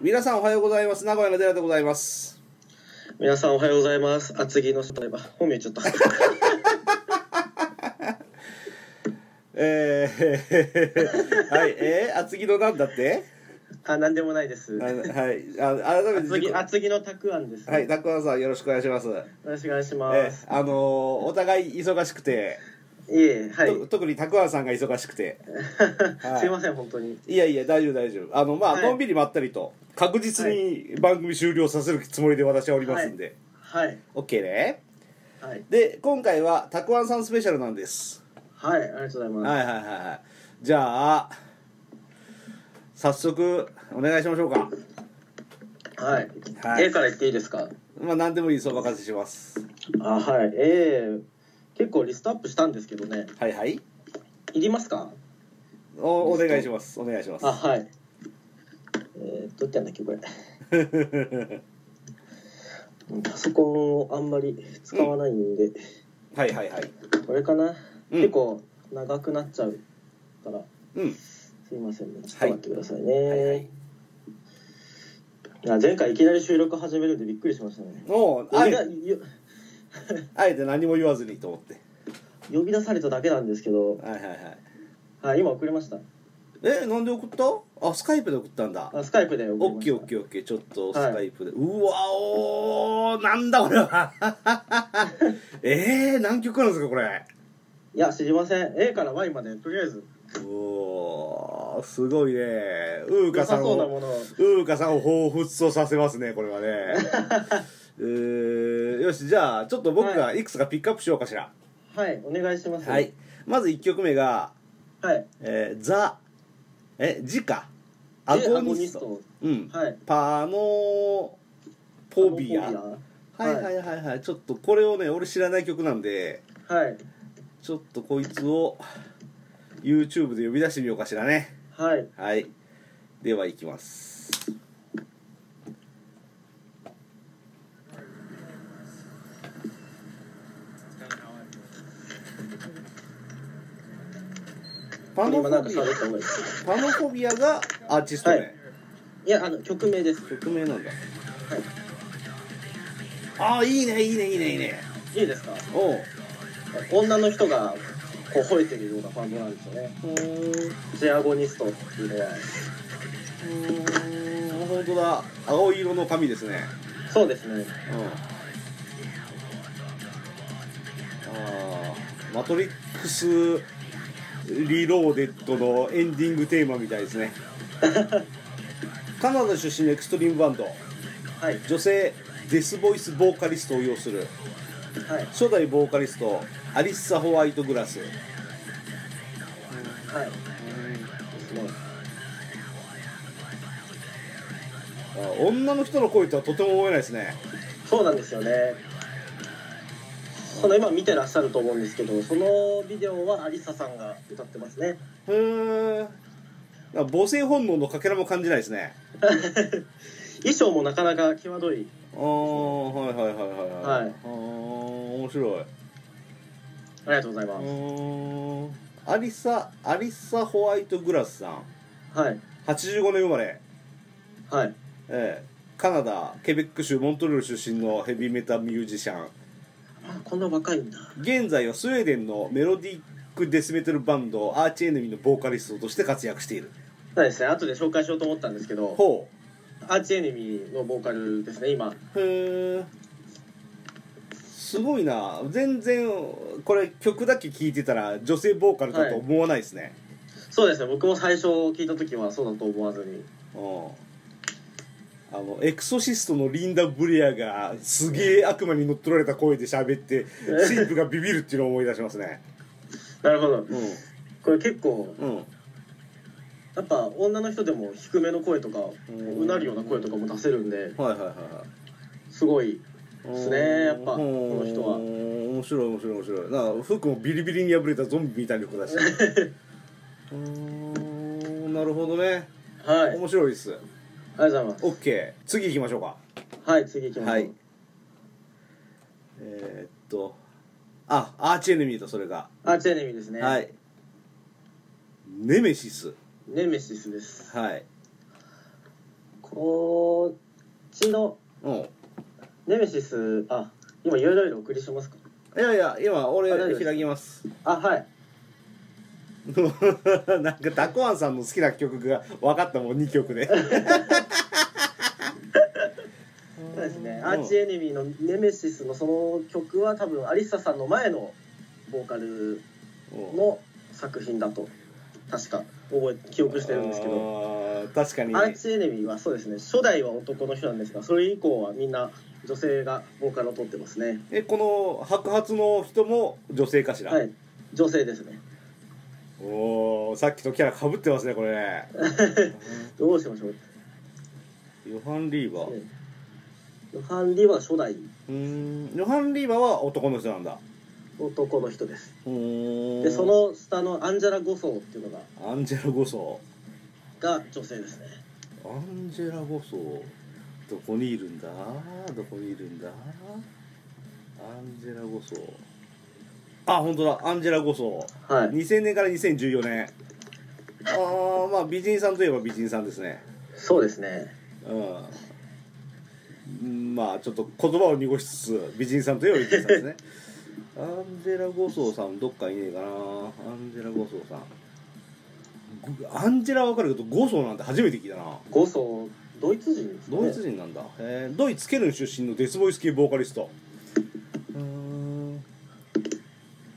皆さんおはようございます。名古屋の寺でございます。皆さんおはようございます。厚木の例えば本名ちょっとえー、 はい、えー、厚木のなんだってあなんでもないですあ。はい、あ改めて厚自己木厚木のたくあんです、はい、ダックワンさんよろしくお願いします。よろしくお願いしえます。ー、あのーお互い忙しくて、いえはい。と特にたくわんさんが忙しくて。はい すいません本当に。いやいや、大丈夫大丈夫。あの、まあ、はいのんびりまったりと、確実に番組終了させるつもりで私はおりますんで。はいオッ OK ね。はいで、今回はたくわんさんスペシャルなんです。はいありがとうございます。はいはいはいはいじゃあ早速お願いしましょうかはい。はい A から言っていいですか。まあ何でもいいですお任せしますあはい A 結構リストアップしたんですけどね。はいはいいりますか。おお願いしますお願いしますあはい。えー、どうやってやんだっけこれ。パソコンをあんまり使わないんで。 はいはいはいこれかな、うん結構長くなっちゃうからうんすいませんねちょっと待ってくださいね、はいはいいや前回いきなり収録始めるんでびっくりしましたねおう呼あびえだよ あえて何も言わずにと思って呼び出されただけなんですけど、はいはいはいはい、今送りましたえなんで送ったあスカイプで送ったんだあスカイプで送りオッまケしーたオッケーオッケーちょっとスはいカイプで、うわおーなんだこれは えー、何曲なんですかこれいや知りません A から Y までとりあえずおーすごいねうーか良ささんそうなをものをうーかさんを彷彿とさせますねこれは ねえー、よしじゃあちょっと僕がはいくつかピックアップしようかしらはいお願いしますはい、まず1曲目がはい「えー、ザ」え「ジか」アでゴニストうんはいパノポビアアゴはいはいはいはいちょっとこれをね俺知らない曲なんでビアはいちょっとこいつを YouTube で呼び出してみようかしらねはいはいではいきますパノ今フなんォかビ喋アった方がいいですパノフォビアがアーティスト名、はいいやあの曲名です曲名なんだ、いああいいねいいねいいねいいねいいですかおう女の人がこう吠えてるようなバンドなんですよねうーんジアゴニストっていうのはうーん本当だ青色の髪ですねそうですねうんあーマトリックスリローデッドのエンディングテーマみたいですねカナダ出身のエクストリームバンドはいはい女性デスボイスボーカリストを擁するはい初代ボーカリストアリッサ・ホワイトグラスですねあー女の人の声とはとても思えないですねそうなんですよねこの今見てらっしゃると思うんですけどそのビデオはアリサさんが歌ってますね へえ母性本能のかけらも感じないですね衣装もなかなか際どいああはいはいはいはいはいああ面白いありがとうございうまーんアリサアリサホワイトグラスさんすはい85年生まれ、はいええカナダケベック州モントリオール出身のヘビーメタミュージシャンあこんな若いんだ現在はスウェーデンのメロディックデスメタルバンドアーチエネミーのボーカリストとして活躍しているそうですね後で紹介しようと思ったんですけどほアーチエネミーのボーカルですね今うへえすごいな全然これ曲だけ聴いてたら女性ボーカルだと思わないですね、そうですね僕も最初聞いた時はそうだと思わずにうんあのエクソシストのリンダ・ブレアがすげえ悪魔に乗っ取られた声で喋って神父がビビるっていうのを思い出しますねなるほどうこれ結構んうんやっぱ女の人でも低めの声とかうんうなるような声とかも出せるんではいはいはいすごい はいですねやっぱうんこの人は面白い面白い面白いなんか服もビリビリに破れたゾンビみたいな子だしうーんなるほどねはいあり面白いですがとうございます OK 次行きましょうかはい次行きましょうはいえー、っとあアーチエネミーとそれがアーチエネミーですねはいネメシスネメシスですはいこっちのうんネメシスあ今 URL お送りしますかいやいや今俺あ大丈夫です開きますあはい なんかダコアンさんの好きな曲が分かったもん2曲 でそうですねアーチエネミーのネメシスのその曲は多分アリサさんの前のボーカルうんの作品だと確か覚え記憶してるんですけどあー確かにアーチエネミーはそうですね初代は男の人なんですがそれ以降はみんな女性がボーカルを取ってますねえこの白髪の人も女性かしら、はい女性ですねおおさっきとキャラかぶってますねこれ どうしましょうヨハン・リーバーねヨハン・リは初代うーんヨハン・リーバーは男の人なんだ男の人ですうーんでその下のアンジェラ・ゴソーっていうのがアンジェラ・ゴソが女性ですねーアンジェラ・ゴソーどこにいるんだどこにいるんだアンジェラ・ゴソーあ本当だアンジェラ・ゴソーはい2000年から2014年ああまあ美人さんといえば美人さんですねそうですねうん、まあちょっと言葉を濁しつつ美人さんといえば美人さんですねアンジェラ・ゴソーさんどっかいねえかなアンジェラ・ゴソーさんごアンジェラはわかるけどゴソーなんて初めて聞いたなゴソードイツ人ですねドイツ人なんだ、えードイツケルン出身のデスボイス系ボーカリストうーん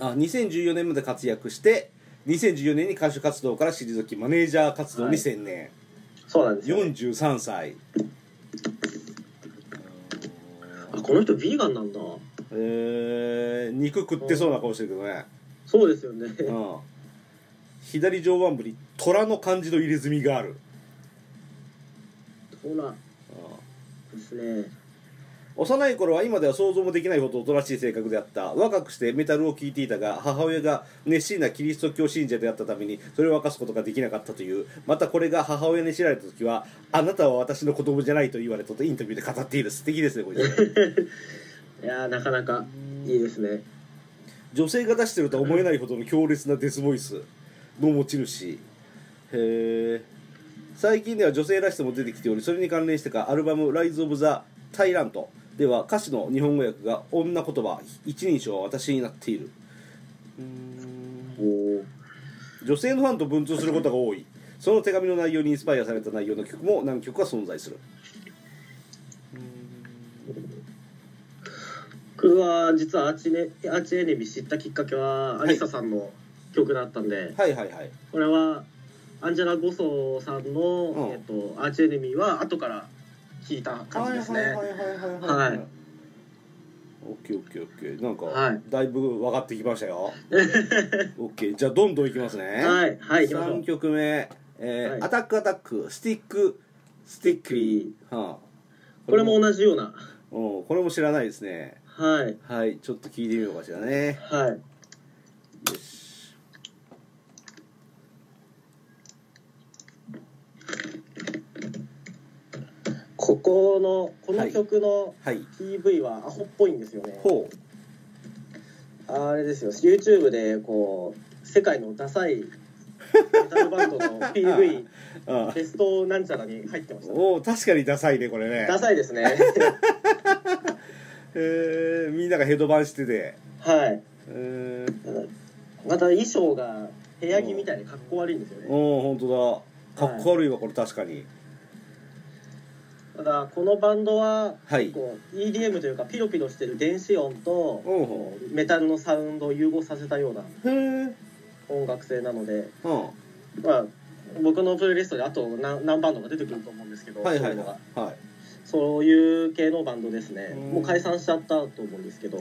あ2014年まで活躍して2014年に歌手活動から退きマネージャー活動に専念、そうなんですよ43歳あこの人ヴィーガンなんだえー、肉食ってそうな顔してるけどね、そうですよねうん、左上腕部に虎の漢字の入れ墨がある、ほらうんですね幼い頃は今では想像もできないほどおとなしい性格であった若くしてメタルを聴いていたが母親が熱心なキリスト教信者であったためにそれを明かすことができなかったというまたこれが母親に知られた時は「あなたは私の子供じゃない」と言われたとインタビューで語っている素敵ですねこれいやーなかなかいいですね女性が出してるとは思えないほどの強烈なデスボイスの持ち主へえ最近では女性らしさも出てきておりそれに関連してかアルバム「Rise of the Tyrant」では歌詞の日本語訳が「女言葉一人称は私になっている」おお女性のファンと文通することが多いその手紙の内容にインスパイアされた内容の曲も何曲か存在する僕は実はアーチネアーチエネミー知ったきっかけはアリサさんの曲だったんで、はいはいはいこれはアンジェラ・ゴソーさんの、うんえっと、アーチエネミーは後から聞いた感じですね、はいはいはいはいはいはいオッケーオッケーオッケーなんか、はいだいぶ分かってきました よオッケーじゃあどんどんいきますねはい、はい、行きましょ3う。曲目、えーはいアタックアタックスティックスティックリー、はあ、これも同じような。うんこれも知らないですねはい、はいちょっと聞いてみようかしらねはい。よしここの、こはのい曲のはい PV はアホっぽいんですよね。ほあれですよ、YouTube で、こう、世界のダ サい。メタルバンドの PV うあベストなんちゃらに入ってました、おお確かにダサいねこれねダサいです ねえー、みんながヘドバンしててはいえー、また衣装が部屋着みたいでかっこ悪いんですよねおお本当だかっこ悪いわこれ確かにただこのバンドははいこう EDM というかピロピロしてる電子音とうんうんこうメタルのサウンドを融合させたようなへえ音楽性なので、うんまあ、僕のプレイリストであと何何バンドが出てくると思うんですけど、はいそはういういのがはいはいそういう系のバンドですねうんもう解散しちゃったと思うんですけど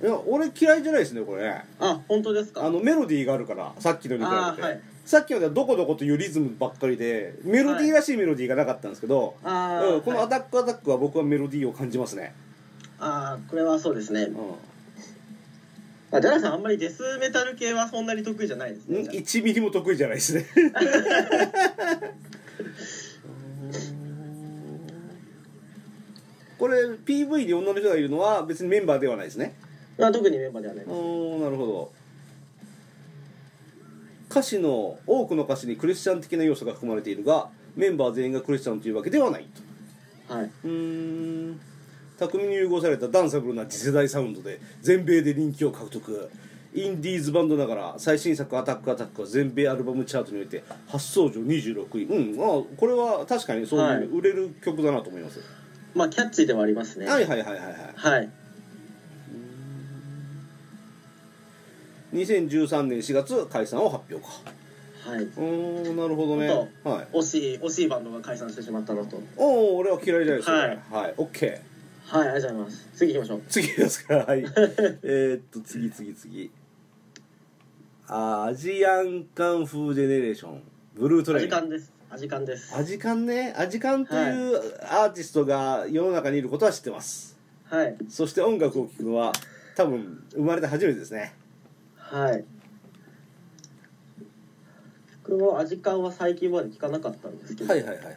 いや俺嫌いじゃないですねこれねあ本当ですかあのメロディーがあるからさっきのに比あーべて、はいさっきまではどこどこというリズムばっかりでメロディーらしいメロディーがなかったんですけど、あー、うん、この「はアいタックアタック」は僕はメロディーを感じますね、あーこれはそうですねうあダラさんあんまりデスメタル系はそんなに得意じゃないですん、ねじゃ1ミリも得意じゃない ですねこれ PV に女の人がいるのは別にメンバーではないですねあまあ特にメンバーではないですおーなるほど歌詞の多くの歌詞にクリスチャン的な要素が含まれているがメンバー全員がクリスチャンというわけではないとはい、うーん巧みに融合されたダンサブルな次世代サウンドで全米で人気を獲得インディーズバンドながら最新作「アタックアタック」は全米アルバムチャートにおいて初登場26位うんあこれは確かにそうはいいう売れる曲だなと思います、まあキャッチーではありますね、はいい、はいはいはいはいはい、 2013年4月解散を発表かはい、うーんなるほどね本はい惜しい惜しいバンドが解散してしまったなとおお俺は嫌いじゃないですかははいい、はい、OK はいありがとうございます次行きましょう次ですから はいえーっと次次次アジアンカンフージェネレーションブルートアレイジンカンですアジカンですアジカンねアジカンというアーティストが世の中にいることは知ってますはいそして音楽を聴くのは多分生まれて初めてですねはい僕もアジカンは最近まで聞かなかったんですけど、はいはいはいはい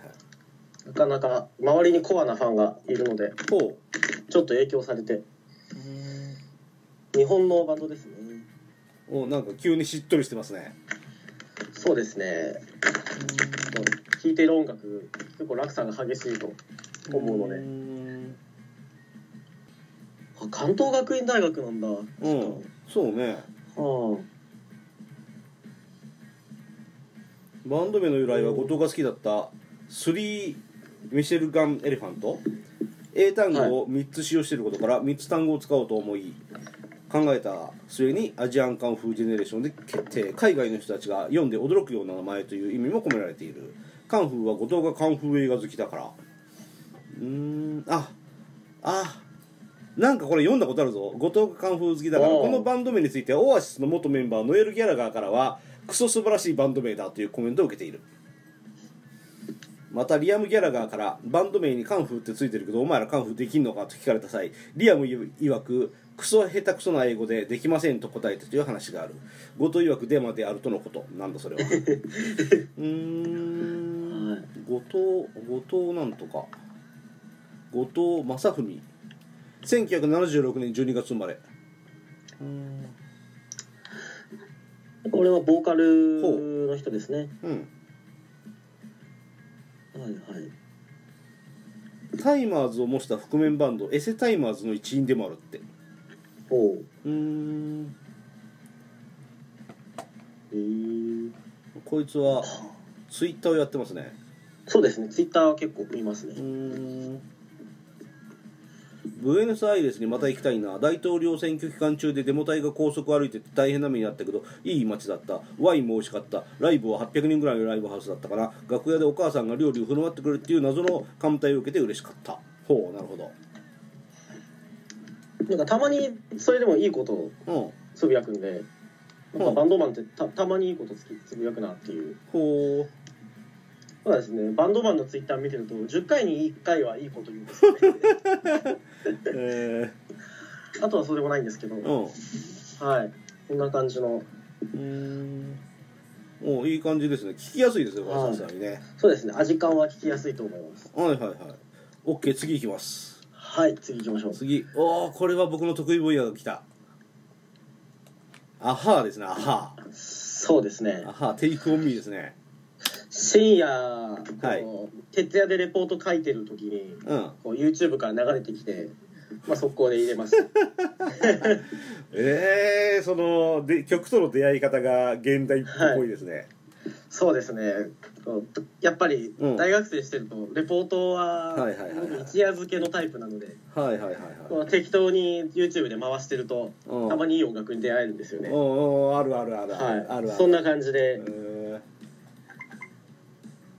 なかなか周りにコアなファンがいるのでほちょっと影響されて日本のバンドですねうおなんか急にしっとりしてますねそうですね聴いてる音楽結構落差が激しいと思うので、ねあ関東学院大学なんだうんうんそうねバンド名の由来は後藤が好きだったスリーミシェルガンエレファント英単語を3つ使用していることから3つ単語を使おうと思い考えた末にアジアンカンフージェネレーションで決定海外の人たちが読んで驚くような名前という意味も込められているカンフーは後藤がカンフー映画好きだからうーんああなんかこれ読んだことあるぞ後藤がカンフー好きだからおうこのバンド名についてオアシスの元メンバーノエル・ギャラガーからはクソ素晴らしいバンド名だというコメントを受けているまたリアム・ギャラガーからバンド名にカンフーってついてるけどお前らカンフーできんのかと聞かれた際リアム曰くクソ下手くそな英語でできませんと答えたという話がある後藤曰くデマであるとのことなんだそれ はうーんはい後藤後藤なんとか後藤正文1976年12月生まれこれはボーカルの人ですねうんはいはいタイマーズを模した覆面バンドエセタイマーズの一員でもあるってほううーんえーこいつはツイッターをやってますねそうですねツイッターは結構見ますうーねんブエノスアイレスにまた行きたいな大統領選挙期間中でデモ隊が高速歩いてて大変な目にあったけどいい街だったワインも美味しかったライブは800人ぐらいのライブハウスだったかな楽屋でお母さんが料理を振る舞ってくれるっていう謎の艦隊を受けて嬉しかったほうなるほなんかたまにそれでもいいことをどうんつぶやくんでなんかうんバンドマンってたたまにいいことつきつぶやくなっていうほうそうですねバンドマンのツイッター見てると10回に1回はいいこと言うんですよね えあとはそうでもないんですけどー、うんはいこんな感じのうーんおいい感じですね聞きやすいですよこれはいさすがにねそうですね味感は聞きやすいと思いますはいはいはい OK 次行きますはい次行きましょう次おおこれは僕の得意分野が来たアハーですねアハそうですねーアハーテイクオンミーですね深夜こうはい徹夜でレポート書いてる時にうんこう YouTube から流れてきて、まあ、速攻で入れ ましたえー、そので曲との出会い方が現代っぽいですね、そうですねこうやっぱりうん大学生してるとレポートははいはいはいはい僕一夜漬けのタイプなのではい、はいはいはいこう適当に YouTube で回してるとうんたまにいい音楽に出会えるんですよねおーおーあるあるあるある、はいあるあるそんな感じでうー